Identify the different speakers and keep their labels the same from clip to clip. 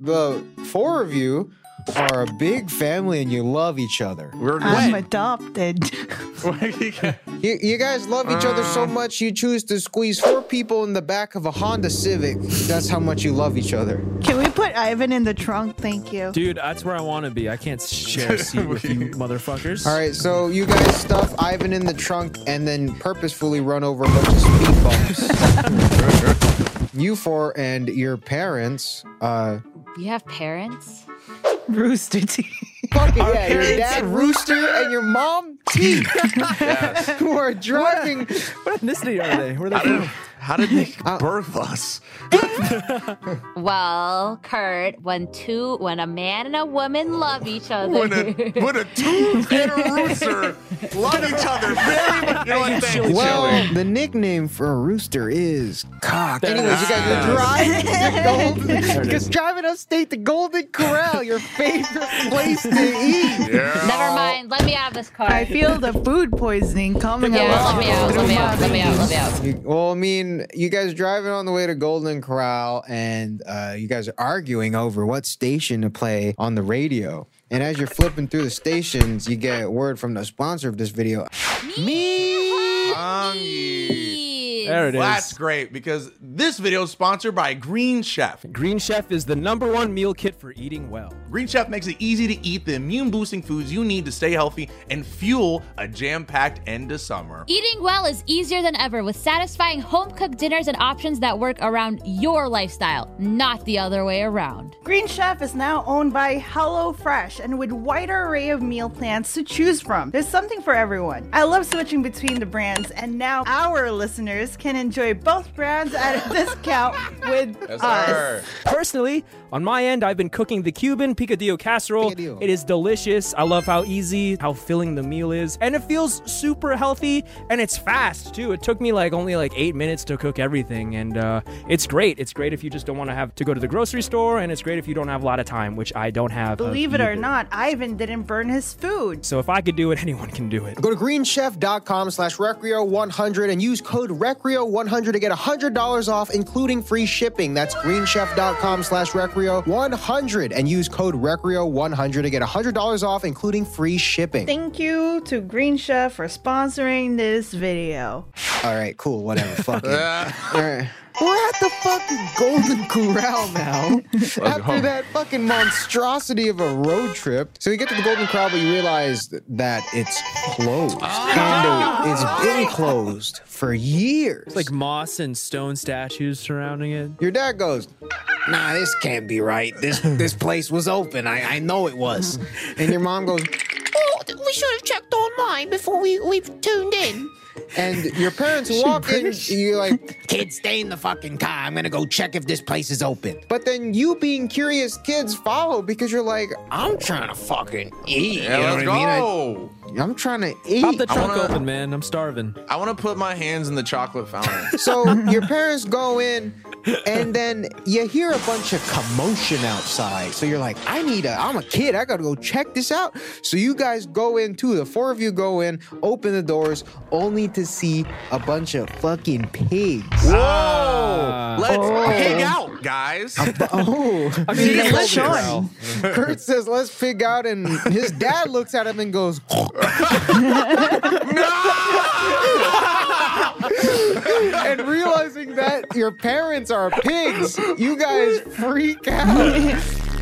Speaker 1: the four of you are a big family and you love each other.
Speaker 2: We're
Speaker 3: I'm
Speaker 2: wet.
Speaker 3: adopted.
Speaker 1: You, you guys love each other so much you choose to squeeze four people in the back of a Honda Civic. That's how much you love each other.
Speaker 3: Can we put Ivan in the trunk? Thank you.
Speaker 4: Dude, that's where I want to be. I can't share a seat with you motherfuckers.
Speaker 1: All right, so you guys stuff Ivan in the trunk and then purposefully run over a bunch of speed bumps. you four and your parents, uh,
Speaker 5: You have parents?
Speaker 3: Rooster Teeth.
Speaker 1: fuck it, yeah, your dad Rooster and your mom Teeth, who are driving.
Speaker 4: What ethnicity are they? Where are they from?
Speaker 2: How did they birth us?
Speaker 5: Well, Kurt, when two, when a man and a woman love each other,
Speaker 2: When a when a two and a rooster love each other very much. You know what? Thank you, Joey.
Speaker 1: Well, the nickname for a rooster is cock.
Speaker 4: That
Speaker 1: Anyways, you guys
Speaker 2: is-
Speaker 1: are driving the golden, just driving upstate to Golden Corral, your favorite place to eat.
Speaker 2: Yeah.
Speaker 5: never mind. Let me out of this car.
Speaker 3: I feel the food poisoning coming
Speaker 5: yeah, let
Speaker 3: along.
Speaker 5: me out. Let me out. Let me out. Let me out.
Speaker 1: You- well, I mean, you guys are driving on the way to Golden Corral, and uh, you guys are arguing over what station to play on the radio. And as you're flipping through the stations, you get word from the sponsor of this video. Me.
Speaker 2: Angie.
Speaker 4: There it is.
Speaker 2: Well, that's great because this video is sponsored by Green Chef.
Speaker 4: Green Chef is the number one meal kit for eating well.
Speaker 2: Green Chef makes it easy to eat the immune boosting foods you need to stay healthy and fuel a jam packed end to summer.
Speaker 5: Eating well is easier than ever with satisfying home cooked dinners and options that work around your lifestyle, not the other way around.
Speaker 3: Green Chef is now owned by HelloFresh and with wider array of meal plans to choose from. There's something for everyone. I love switching between the brands, and now our listeners can enjoy both brands at a discount with us.
Speaker 4: Personally, on my end, I've been cooking the Cuban picadillo casserole.
Speaker 1: Picadillo.
Speaker 4: It is delicious. I love how easy, how filling the meal is, and it feels super healthy and it's fast too. It took me like only like eight minutes to cook everything, and uh, it's great. It's great if you just don't want to have to go to the grocery store, and it's great if you don't have a lot of time, which I don't have. of
Speaker 3: Believe it or
Speaker 4: either.
Speaker 3: not, Ivan didn't burn his food.
Speaker 4: So if I could do it, anyone can do it.
Speaker 1: Go to greenchef.com slash recreo100 and use code recreo100 to get $100 off, including free shipping. That's greenchef.com slash recreo100 and use code recreo100 to get $100 off, including free shipping.
Speaker 3: Thank you to Green Chef for sponsoring this video.
Speaker 1: All right, cool, whatever. Fuck it. All right. We're at the fucking Golden Corral now. After that fucking monstrosity of a road trip. So you get to the Golden Corral, but you realize that it's closed. And it's been closed for years.
Speaker 4: Like moss and stone statues surrounding it.
Speaker 1: Your dad goes, Nah, this can't be right. This this place was open. I, I know it was. And your mom goes,
Speaker 6: Oh, th- we should have checked online before we, we tuned in.
Speaker 1: and your parents walk in, you like,
Speaker 6: Kids, stay in the fucking car. I'm gonna go check if this place is open.
Speaker 1: but then you being curious kids follow because you're like,
Speaker 6: I'm trying to fucking eat.
Speaker 2: Yeah, let's
Speaker 6: you know what I mean?
Speaker 2: go.
Speaker 1: I'm trying to
Speaker 4: Pop
Speaker 1: eat.
Speaker 4: the trunk
Speaker 2: wanna-
Speaker 4: open, man. I'm starving.
Speaker 2: I, want to put my hands in the chocolate fountain.
Speaker 1: So your parents go in, and then you hear a bunch of commotion outside. So you're like, I need a, I'm a kid. I gotta go check this out. So you guys go in too. The four of you go in, open the doors, only to see a bunch of fucking pigs.
Speaker 2: Whoa! Let's hang out, guys.
Speaker 1: Oh, I mean,
Speaker 3: that's
Speaker 1: let's-
Speaker 3: Sean.
Speaker 1: Kurt says, let's pig out. And his dad looks at him and goes, and realizing that your parents are pigs, you guys freak out.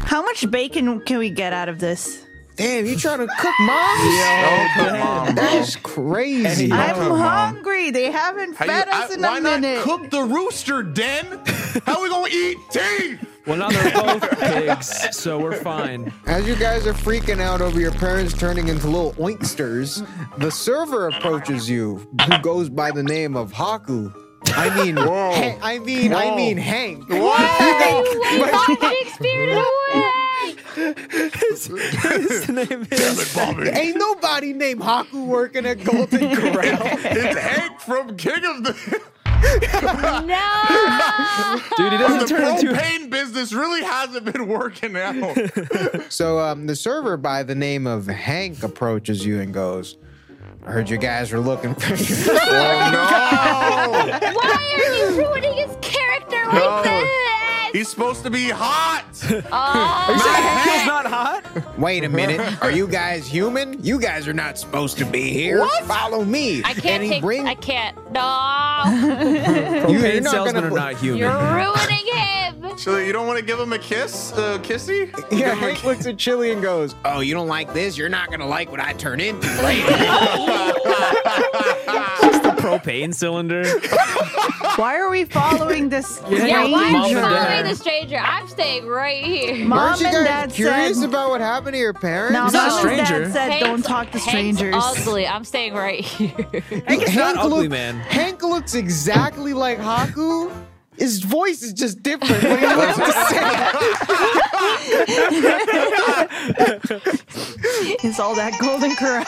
Speaker 3: How much bacon can we get out of this?
Speaker 1: Damn, you trying to cook moms?
Speaker 2: Don't cook mom, bro.
Speaker 1: That's crazy.
Speaker 4: Hey,
Speaker 3: I'm
Speaker 2: Come on.
Speaker 3: hungry. They haven't
Speaker 2: How
Speaker 3: fed
Speaker 2: you-
Speaker 3: us
Speaker 2: I-
Speaker 3: in
Speaker 2: why
Speaker 3: a
Speaker 2: not
Speaker 3: minute.
Speaker 2: cook the rooster den? How we gonna eat teeth?
Speaker 4: Well, now they're both pigs, so we're fine.
Speaker 1: As you guys are freaking out over your parents turning into little oinksters, the server approaches you, who goes by the name of Haku. I mean, Ha- I mean, I mean Hank.
Speaker 4: His name is.
Speaker 1: Ain't nobody named Haku working at Golden Corral.
Speaker 2: It's Hank from King of the.
Speaker 5: No!
Speaker 4: Dude, he
Speaker 2: the
Speaker 4: doesn't turn into.
Speaker 2: propane business really hasn't been working out.
Speaker 1: so um, the server by the name of Hank approaches you and goes, "I heard you guys were looking for."
Speaker 2: oh no!
Speaker 5: Why are you ruining his character like
Speaker 2: No.
Speaker 5: this?
Speaker 2: He's supposed to be hot.
Speaker 5: Oh,
Speaker 4: Say
Speaker 1: heck?
Speaker 4: Hancock's not hot?
Speaker 1: Wait a minute. Are you guys human? You guys are not supposed to be here.
Speaker 2: What?
Speaker 1: Follow me.
Speaker 5: I can't
Speaker 1: and he
Speaker 5: take.
Speaker 1: bring-
Speaker 5: I can't. No,
Speaker 1: you're
Speaker 4: Propane
Speaker 1: not
Speaker 4: salesmen
Speaker 1: gonna-
Speaker 4: are not human.
Speaker 5: you're ruining him.
Speaker 2: so you don't want to give him a kiss, uh, kissy?
Speaker 1: Yeah, Hank looks at Chili and goes, "Oh, you don't like this? You're not gonna like what I turn into later."
Speaker 7: Just the propane cylinder.
Speaker 3: Why are we following this stranger?
Speaker 5: Yeah, why are
Speaker 7: Mom
Speaker 5: you
Speaker 7: and Dad.
Speaker 5: following the stranger? I'm staying right here.
Speaker 3: Mom
Speaker 1: Aren't you
Speaker 3: and
Speaker 1: guys
Speaker 3: Dad
Speaker 1: curious
Speaker 3: said.
Speaker 1: about what happened to your parents?
Speaker 3: no,
Speaker 7: He's
Speaker 3: Mom
Speaker 7: not a
Speaker 3: and
Speaker 7: stranger.
Speaker 3: Dad said don't
Speaker 5: Hank's-
Speaker 3: talk to
Speaker 5: Hank's
Speaker 3: strangers.
Speaker 5: ugly. I'm staying right here.
Speaker 7: Hank is not
Speaker 1: Hank
Speaker 7: ugly,
Speaker 1: look-
Speaker 7: man.
Speaker 1: Hank looks exactly like Haku. His voice is just different. When he looks the
Speaker 3: It's all that golden corral.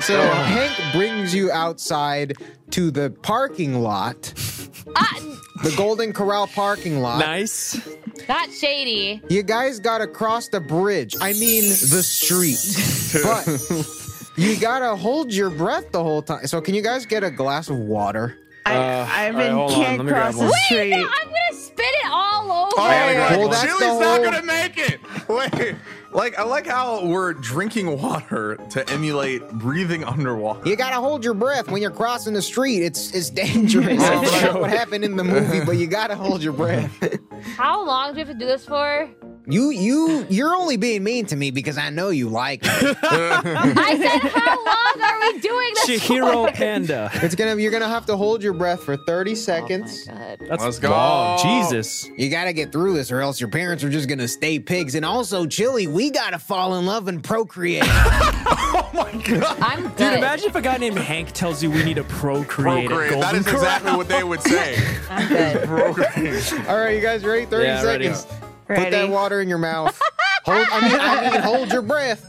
Speaker 1: same. So Hank brings you outside to the parking lot,
Speaker 5: Ah,
Speaker 1: the Golden Corral parking lot.
Speaker 7: Nice.
Speaker 5: not shady.
Speaker 1: You guys gotta cross the bridge. I mean the street. but you gotta hold your breath the whole time. So can you guys get a glass of water?
Speaker 3: I,
Speaker 7: Uh,
Speaker 3: I
Speaker 7: all right,
Speaker 3: even
Speaker 7: hold on,
Speaker 3: can't
Speaker 7: let me grab
Speaker 3: cross the
Speaker 7: one.
Speaker 5: Wait, no,
Speaker 3: street.
Speaker 5: I'm gonna spit it all over.
Speaker 2: Oh my god,
Speaker 1: Well, that's
Speaker 2: Chili's
Speaker 1: the
Speaker 2: not
Speaker 1: whole-
Speaker 2: gonna make it. Wait, like I like how we're drinking water to emulate breathing underwater.
Speaker 1: You gotta hold your breath when you're crossing the street. It's it's dangerous. I don't know what happened in the movie, but you gotta hold your breath.
Speaker 5: How long do we have to do this for?
Speaker 1: You you you're only being mean to me because I know you like it.
Speaker 5: I said, how long are we doing this
Speaker 7: Chihiro Panda.
Speaker 1: It's gonna you're gonna have to hold your breath for 30 seconds.
Speaker 5: for? God.
Speaker 7: That's
Speaker 2: Let's go.
Speaker 7: long. Jesus.
Speaker 1: You gotta get through this, or else your parents are just gonna stay pigs. And also, Chili, we gotta fall in love and procreate.
Speaker 2: Oh my god.
Speaker 5: I'm good.
Speaker 7: Dude, imagine if a guy named Hank tells you we need to procreate. at
Speaker 2: Procreate. That
Speaker 7: Golden
Speaker 2: is exactly what they would say.
Speaker 5: I'm good.
Speaker 2: Procreate.
Speaker 1: All right, you guys ready? 30
Speaker 7: Yeah, ready.
Speaker 1: seconds. Put that
Speaker 3: Ready?
Speaker 1: water in your mouth. hold, I mean, I mean, hold your breath.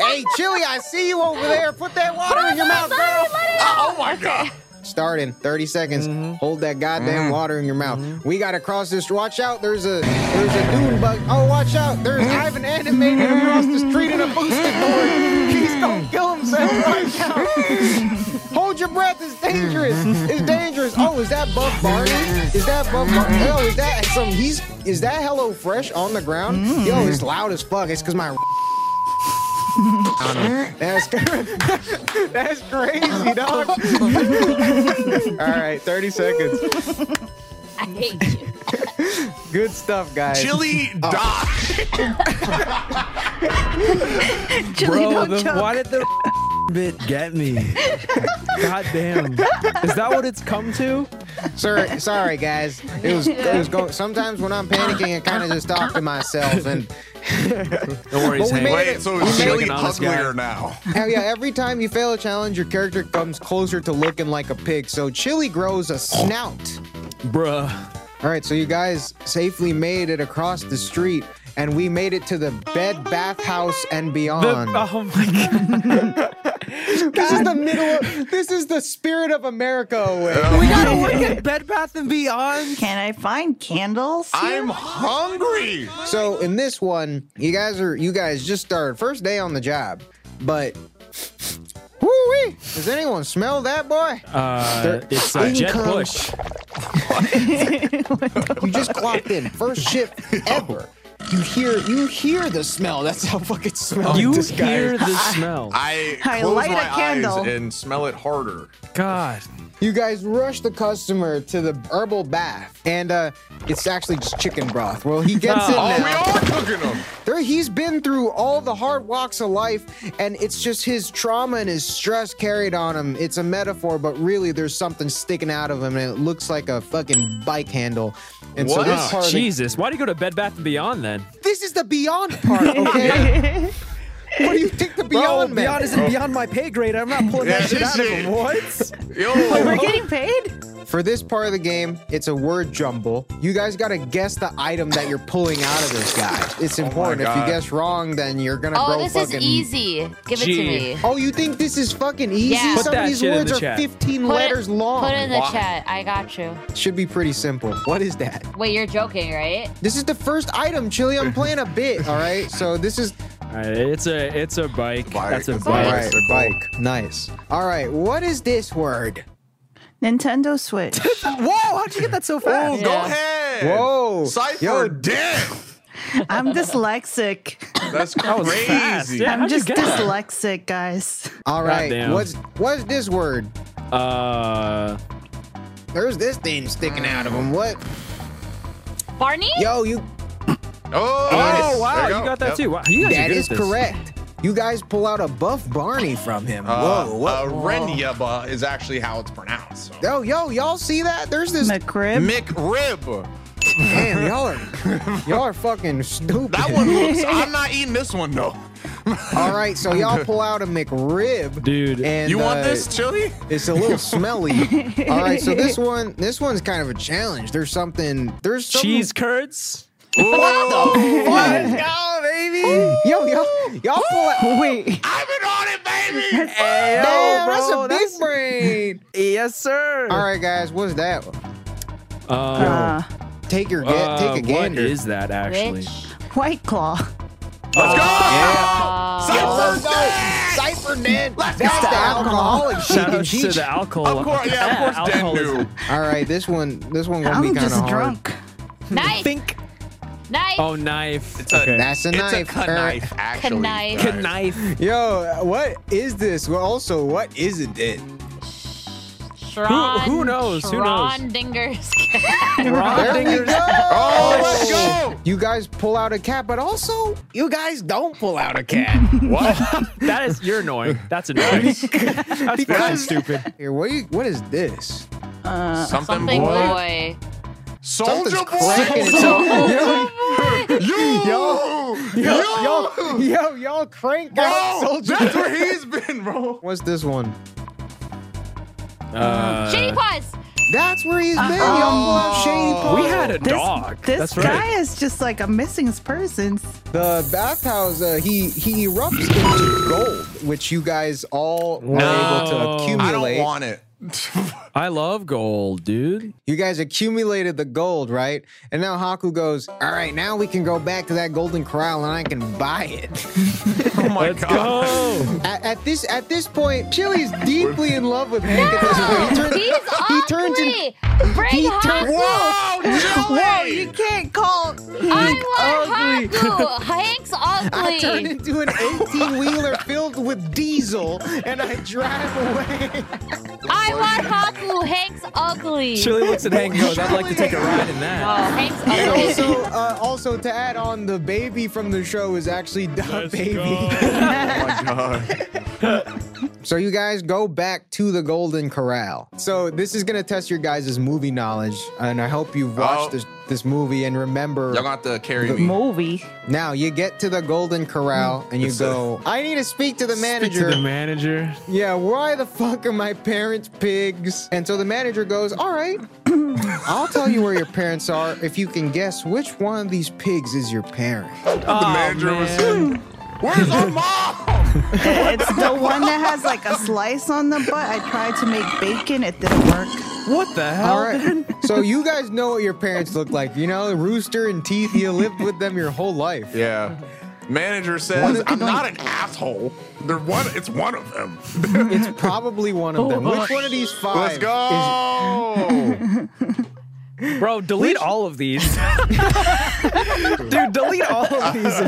Speaker 1: Hey, Chili, I see you over there. Put that water in your mouth, girl.
Speaker 2: oh my god.
Speaker 1: Start in 30 seconds. Hold that goddamn water in your mouth. We gotta cross this. Watch out. There's a there's a dune bug. Oh, watch out. There's Ivan animated across the street in a booster cord. Please don't kill himself right now. Hold your breath. It's dangerous. It's dangerous. Oh, is that Buff Barney? Is that Buff Barney? Yo, is that some? He's is that Hello Fresh on the ground? Yo, it's loud as fuck. It's cause my. I don't know. That's that's crazy, dog. All right, 30 seconds.
Speaker 5: I hate you.
Speaker 1: Good stuff, guys.
Speaker 2: Chili died.
Speaker 3: Chili,
Speaker 7: Bro,
Speaker 3: don't
Speaker 7: the,
Speaker 3: choke.
Speaker 7: why did the bit get me? God damn. Is that what it's come to?
Speaker 1: Sorry, sorry, guys. It was, it was going. Sometimes when I'm panicking, I kind of just talk to myself. And
Speaker 7: Don't worry,
Speaker 1: Well, we
Speaker 7: Hank.
Speaker 1: made
Speaker 2: Wait, so is
Speaker 7: Like
Speaker 2: Chili
Speaker 7: an honest
Speaker 2: uglier now?
Speaker 1: hell yeah, every time you fail a challenge, your character comes closer to looking like a pig. So Chili grows a snout.
Speaker 7: Bruh.
Speaker 1: All right, so you guys safely made it across the street, and we made it to the Bed Bath House and
Speaker 7: The-
Speaker 1: beyond.
Speaker 7: oh my god.
Speaker 1: this is the middle. Of, this is the spirit of America away.
Speaker 7: we gotta work at Bed Bath and Beyond.
Speaker 3: Can I find candles?
Speaker 2: I'm hungry.
Speaker 1: So in this one, you guys are you guys just started first day on the job, but woo Does anyone smell that boy?
Speaker 7: Uh,
Speaker 1: There-
Speaker 7: it's uh, Jeb
Speaker 1: Income.
Speaker 7: Bush.
Speaker 1: You just clocked in first shift ever. You hear you hear the smell. That's how fucking smelly
Speaker 7: You
Speaker 1: this guy Ah.
Speaker 7: hear
Speaker 1: is.
Speaker 7: the smell.
Speaker 2: I,
Speaker 3: I
Speaker 2: close
Speaker 3: light a
Speaker 2: my
Speaker 3: candle.
Speaker 2: eyes and smell it harder.
Speaker 7: God.
Speaker 1: You guys rush the customer to the herbal bath, and uh, it's actually just chicken broth. Well, he gets it
Speaker 7: Oh,
Speaker 2: Oh,
Speaker 1: now.
Speaker 2: we are cooking them.
Speaker 1: There, he's been through all the hard walks of life, and it's just his trauma and his stress carried on him. It's a metaphor, but really, there's something sticking out of him, and it looks like a fucking bike handle. And so
Speaker 2: What?
Speaker 1: this part, of the-
Speaker 7: Jesus. Why do you go to Bed Bath and Beyond then?
Speaker 1: this is the beyond part. Okay, what do you think the beyond meant?
Speaker 7: isn't beyond my pay grade. I'm not pulling
Speaker 2: Yeah, that shit this out of shit. him.
Speaker 7: What?
Speaker 2: Yo,
Speaker 3: We're getting paid?
Speaker 1: For this part of the game, it's a word jumble. You guys gotta guess the item that you're pulling out of this guy. It's important. if you
Speaker 2: God.
Speaker 1: guess wrong, then you're gonna
Speaker 5: Oh,
Speaker 1: grow
Speaker 5: this is
Speaker 1: fucking.
Speaker 5: easy. Give it to
Speaker 7: Gee.
Speaker 5: me.
Speaker 1: Oh, you think this is fucking easy?
Speaker 5: Yeah. Put
Speaker 1: Some of
Speaker 7: that
Speaker 1: these
Speaker 7: shit in
Speaker 1: words
Speaker 7: the
Speaker 1: are
Speaker 7: chat.
Speaker 1: 15
Speaker 5: Put it-
Speaker 1: letters long.
Speaker 5: Put it in the
Speaker 2: Why?
Speaker 5: chat. I got you.
Speaker 1: Should be pretty simple. What is that?
Speaker 5: Wait, you're joking, right?
Speaker 1: This is the first item, Chili. I'm playing a bit, all right? So this is
Speaker 7: Alright, Uh, it's a it's a bike.
Speaker 2: Bike.
Speaker 7: That's a
Speaker 2: It's
Speaker 7: bike.
Speaker 2: alright.
Speaker 1: bike. Nice. All right, what is this word?
Speaker 3: Nintendo Switch.
Speaker 7: Whoa, how'd you get that so
Speaker 2: Oh,
Speaker 7: fast?
Speaker 2: go
Speaker 5: Yeah.
Speaker 2: ahead.
Speaker 1: Whoa.
Speaker 2: Cypher,
Speaker 1: Yo.
Speaker 2: damn.
Speaker 3: I'm dyslexic.
Speaker 2: That's crazy.
Speaker 4: fast. Yeah.
Speaker 3: I'm
Speaker 4: how'd you
Speaker 3: just
Speaker 4: get that?
Speaker 3: dyslexic, guys.
Speaker 1: All right.
Speaker 4: Goddamn.
Speaker 1: What's what's this word?
Speaker 4: Uh,
Speaker 1: There's this thing sticking out of him. What?
Speaker 5: Barney?
Speaker 1: Yo, you.
Speaker 2: Oh,
Speaker 4: oh wow,
Speaker 2: there
Speaker 4: you, got that
Speaker 2: Yep.
Speaker 4: too. Wow, you guys are
Speaker 1: That
Speaker 4: good
Speaker 1: is
Speaker 4: at this.
Speaker 1: correct. You guys pull out a buff Barney from him.
Speaker 2: Uh,
Speaker 1: Whoa. What?
Speaker 2: Uh, Renyaba is actually how it's pronounced. So.
Speaker 1: Yo, yo, y'all see that? There's this.
Speaker 3: McRib.
Speaker 2: McRib.
Speaker 1: Damn, y'all are y'all are fucking stupid.
Speaker 2: That one looks. I'm not eating this one though.
Speaker 1: All right, so y'all pull out a McRib,
Speaker 4: Dude.
Speaker 1: And
Speaker 2: You want
Speaker 1: uh,
Speaker 2: this chili?
Speaker 1: It's a little smelly. All right, so this one, this one's kind of a challenge. There's something. There's some,
Speaker 4: Cheese curds.
Speaker 2: What
Speaker 1: Let's go, baby. Yo, y'all, y'all pull out.
Speaker 3: Wait.
Speaker 2: I've been on it, baby.
Speaker 7: Ayo,
Speaker 1: Damn, that's
Speaker 7: bro,
Speaker 1: a big brain.
Speaker 7: yes, sir.
Speaker 1: All right, guys, what's that?
Speaker 4: Uh,
Speaker 3: Uh,
Speaker 1: Take your ga-
Speaker 4: uh,
Speaker 1: take a
Speaker 4: what
Speaker 1: gander.
Speaker 4: is that actually?
Speaker 5: Which?
Speaker 3: White Claw.
Speaker 2: Let's go.
Speaker 5: Oh.
Speaker 1: Let's
Speaker 2: Cypher's
Speaker 1: go.
Speaker 2: dead.
Speaker 1: Cypher dead. That's
Speaker 2: go.
Speaker 1: the alcoholic shit.
Speaker 4: Shout
Speaker 1: in
Speaker 4: out to
Speaker 1: Cheech.
Speaker 4: the alcohol.
Speaker 2: Of course, yeah, of course, Dan
Speaker 4: alcoholism.
Speaker 2: knew.
Speaker 1: All right, this one, this one gonna
Speaker 3: I'm
Speaker 1: be kind of
Speaker 3: just
Speaker 1: hard.
Speaker 3: drunk.
Speaker 5: Knife.
Speaker 4: Think.
Speaker 5: Knife.
Speaker 4: Oh, knife.
Speaker 2: It's a-
Speaker 1: That's a
Speaker 2: It's a
Speaker 1: knife.
Speaker 2: cut
Speaker 1: Er,
Speaker 2: knife, actually.
Speaker 5: knife.
Speaker 2: guys.
Speaker 4: knife.
Speaker 1: Yo, what is this? Well, also, what is it? Then?
Speaker 5: Sharon,
Speaker 4: Who- who knows? Who knows?
Speaker 5: Sharon Dingers.
Speaker 4: Rod
Speaker 1: There we
Speaker 4: fingers.
Speaker 1: go.
Speaker 2: Oh, let's go.
Speaker 1: You guys pull out a cat, but also you guys don't pull out a cat.
Speaker 2: What?
Speaker 4: That is. You're annoying. That's annoying. That's fucking stupid.
Speaker 1: Here, what, you, what is this?
Speaker 2: Something,
Speaker 5: Something
Speaker 2: boy.
Speaker 5: boy.
Speaker 2: Soldier
Speaker 1: Something's cracking
Speaker 2: boy. Yo. Yo.
Speaker 1: yo, yo, y'all crank out
Speaker 2: Bro,
Speaker 1: soldier.
Speaker 2: that's where he's been, bro.
Speaker 1: What's this one?
Speaker 4: Uh,
Speaker 5: Shitty paws.
Speaker 1: That's where he's been. Y'all pull out shady paws.
Speaker 4: we had a
Speaker 3: This,
Speaker 4: dog.
Speaker 3: this
Speaker 4: That's
Speaker 3: guy
Speaker 4: right.
Speaker 3: is just like a missing persons.
Speaker 1: The bathhouse, uh, he he erupts into gold, which you guys all were able
Speaker 4: No.
Speaker 1: to
Speaker 2: I
Speaker 1: accumulate.
Speaker 2: don't want it.
Speaker 4: I love gold, dude.
Speaker 1: You guys accumulated the gold, right? And now Haku goes, All right, now we can go back to that golden corral and I can buy it.
Speaker 2: Oh my
Speaker 4: Let's
Speaker 2: god.
Speaker 4: go.
Speaker 1: at, at this at this point, Chili's deeply in love with Hank at this point. He turns-
Speaker 5: He's ugly.
Speaker 1: he turns in
Speaker 5: Bring
Speaker 1: he
Speaker 5: Haku.
Speaker 1: turns
Speaker 2: Whoa,
Speaker 3: Whoa,
Speaker 2: Joey!
Speaker 3: you can't call.
Speaker 5: I want Haku. Hank's
Speaker 1: I turn
Speaker 5: ugly.
Speaker 1: into an 18 wheeler filled with diesel and I drive away.
Speaker 5: I want Haku. Hank's ugly.
Speaker 4: Chili looks at Hank and goes, "I'd like to take a ride in
Speaker 5: Oh,
Speaker 4: that."
Speaker 5: Hank's
Speaker 1: And
Speaker 5: ugly.
Speaker 1: also, uh, also to add on, the baby from the show is actually the baby.
Speaker 2: Oh my god.
Speaker 1: So you guys go back to the Golden Corral. So this is gonna test your guys' movie knowledge, and I hope you've watched
Speaker 2: Oh.
Speaker 1: this this movie and remember.
Speaker 2: Y'all got to carry me.
Speaker 3: Movie.
Speaker 1: now you get to the Golden Corral and you
Speaker 2: Mm. It's a-
Speaker 1: go. I need to speak to the
Speaker 4: Speak
Speaker 1: manager.
Speaker 4: to the manager.
Speaker 1: yeah, why the fuck are my parents pigs? And so the manager goes, "All right, I'll tell you where your parents are if you can guess which one of these pigs is your parent."
Speaker 2: the manager was. Oh, Where's our mom?
Speaker 3: It's the one that has like a slice on the butt. I tried to make bacon, it didn't work.
Speaker 4: What the hell?
Speaker 1: All right. so you guys know what your parents look like. You know, rooster and teeth. You lived with them your whole life.
Speaker 2: yeah.
Speaker 5: Mm-hmm.
Speaker 2: Manager
Speaker 1: One
Speaker 2: says,
Speaker 1: of-
Speaker 2: "I'm not an asshole. They're one. It's one of them.
Speaker 1: It's probably one of them. Which one of these 5
Speaker 2: Oh Let's go."
Speaker 4: Bro, delete all of these. Dude, delete all of these.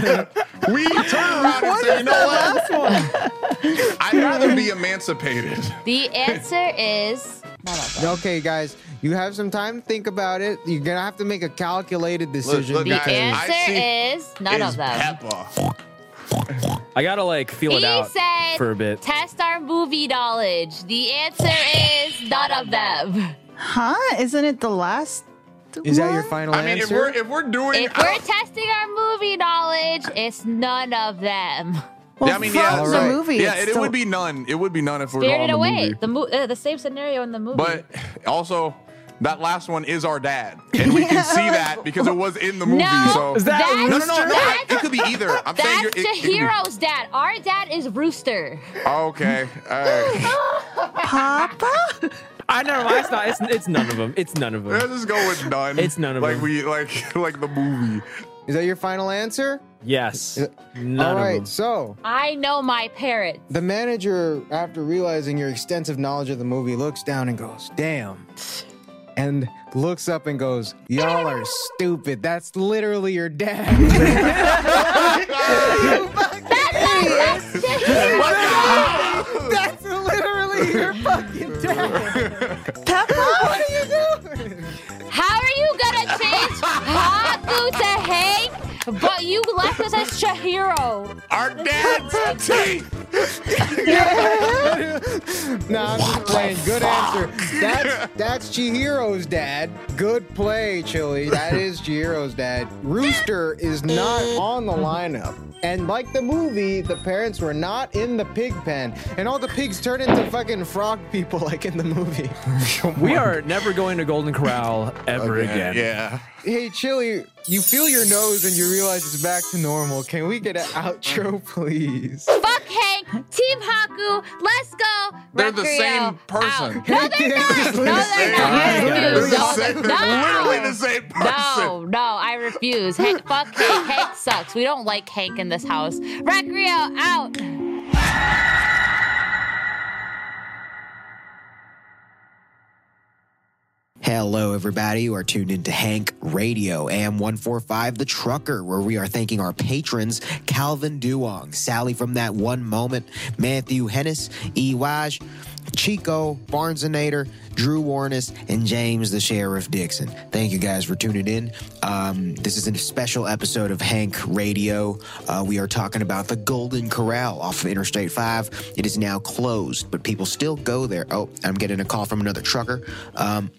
Speaker 2: we turn around and say, "You know what? I'd rather be emancipated."
Speaker 5: The answer is. Not ugly.
Speaker 1: Is, okay, guys, you have some time to think about it. You're gonna have to make a calculated decision.
Speaker 2: look,
Speaker 5: The
Speaker 2: Guys, I
Speaker 5: answer
Speaker 2: see-
Speaker 5: is none
Speaker 2: It's
Speaker 5: of them.
Speaker 2: Peppa.
Speaker 4: I gotta like feel it
Speaker 5: He
Speaker 4: out
Speaker 5: said,
Speaker 4: for a bit.
Speaker 5: test our movie knowledge. The answer is none of them.
Speaker 3: Huh? Isn't it the last?
Speaker 1: is that your
Speaker 3: one?
Speaker 1: final
Speaker 2: I mean, if
Speaker 1: answer?
Speaker 2: we're if we're doing,
Speaker 5: If we're testing our movie knowledge, it's none of them.
Speaker 3: Well,
Speaker 2: Yeah, I mean,
Speaker 3: from
Speaker 2: yeah,
Speaker 3: the
Speaker 1: alright.
Speaker 3: movie.
Speaker 2: yeah,
Speaker 3: it's
Speaker 2: it, it
Speaker 3: still-
Speaker 2: would be none. It would be none if we're all in
Speaker 5: Spirited
Speaker 2: the
Speaker 5: Away,
Speaker 2: movie.
Speaker 5: the mo- uh, the same scenario in the movie.
Speaker 2: But also, that last one is our dad, and we can see that because it was in the movie.
Speaker 5: no,
Speaker 2: so
Speaker 4: Is that a
Speaker 5: that's,
Speaker 2: no, no, no, no,
Speaker 5: that's,
Speaker 2: it could be either. I'm saying you're,
Speaker 5: that's
Speaker 2: it,
Speaker 5: the
Speaker 2: it could be-
Speaker 5: hero's dad. Our dad is Rooster.
Speaker 2: Okay, all right.
Speaker 3: Papa?
Speaker 4: I never mind. It's not. It's, it's none of them. It's none of them.
Speaker 2: Let's just go with none.
Speaker 4: It's none of
Speaker 2: like
Speaker 4: them.
Speaker 2: we like like the movie.
Speaker 1: Is that your final answer?
Speaker 7: Yes. None
Speaker 1: All
Speaker 7: of
Speaker 1: right.
Speaker 7: them.
Speaker 1: So
Speaker 5: I know my parrot.
Speaker 1: the manager, after realizing your extensive knowledge of the movie, looks down and goes, "Damn." And looks up and goes, Y'all are stupid. That's literally your dad. That's literally your fucking dad.
Speaker 3: Peppa?
Speaker 5: How are you gonna change Haku to Hank, but you left us as Chihiro?
Speaker 2: Our dad's teeth.
Speaker 1: No, I'm just playing. Good answer. That's that's Chihiro's dad. Good play, Chili. That is Chihiro's dad. Rooster is not
Speaker 5: Eh.
Speaker 1: on the lineup. And like the movie, the parents were not in the pig pen. And all the pigs turn into fucking frog people like in the movie.
Speaker 7: We are never going to Golden Corral ever again.
Speaker 2: Yeah.
Speaker 1: hey, Chili, you feel your nose and you realize it's back to normal. Can we get an outro, please?
Speaker 5: Fuck Hank, Team Haku, let's go.
Speaker 2: They're the
Speaker 5: Rockerio,
Speaker 2: same person.
Speaker 5: out. No, they're not. No,
Speaker 2: They're
Speaker 5: they're not.
Speaker 2: the
Speaker 5: Dude, no,
Speaker 2: same-
Speaker 5: they're-
Speaker 2: they're literally
Speaker 5: no.
Speaker 2: the same person.
Speaker 5: No, no, I refuse. Hank, fuck Hank. Hank sucks. We don't like Hank in this house. Rockerio out.
Speaker 8: Hello, everybody. You are tuned into Hank Radio, AM145, The Trucker, where we are thanking our patrons Calvin Duong, Sally from That One Moment, Matthew Hennis, E. Waj, Chico, Barnesonator, Drew Warnes, and James the Sheriff Dixon. Thank you guys for tuning in. Um, this is a special episode of Hank Radio. Uh, we are talking about the Golden Corral off of Interstate 5. It is now closed, but people still go there. Oh, I'm getting a call from another trucker. Um,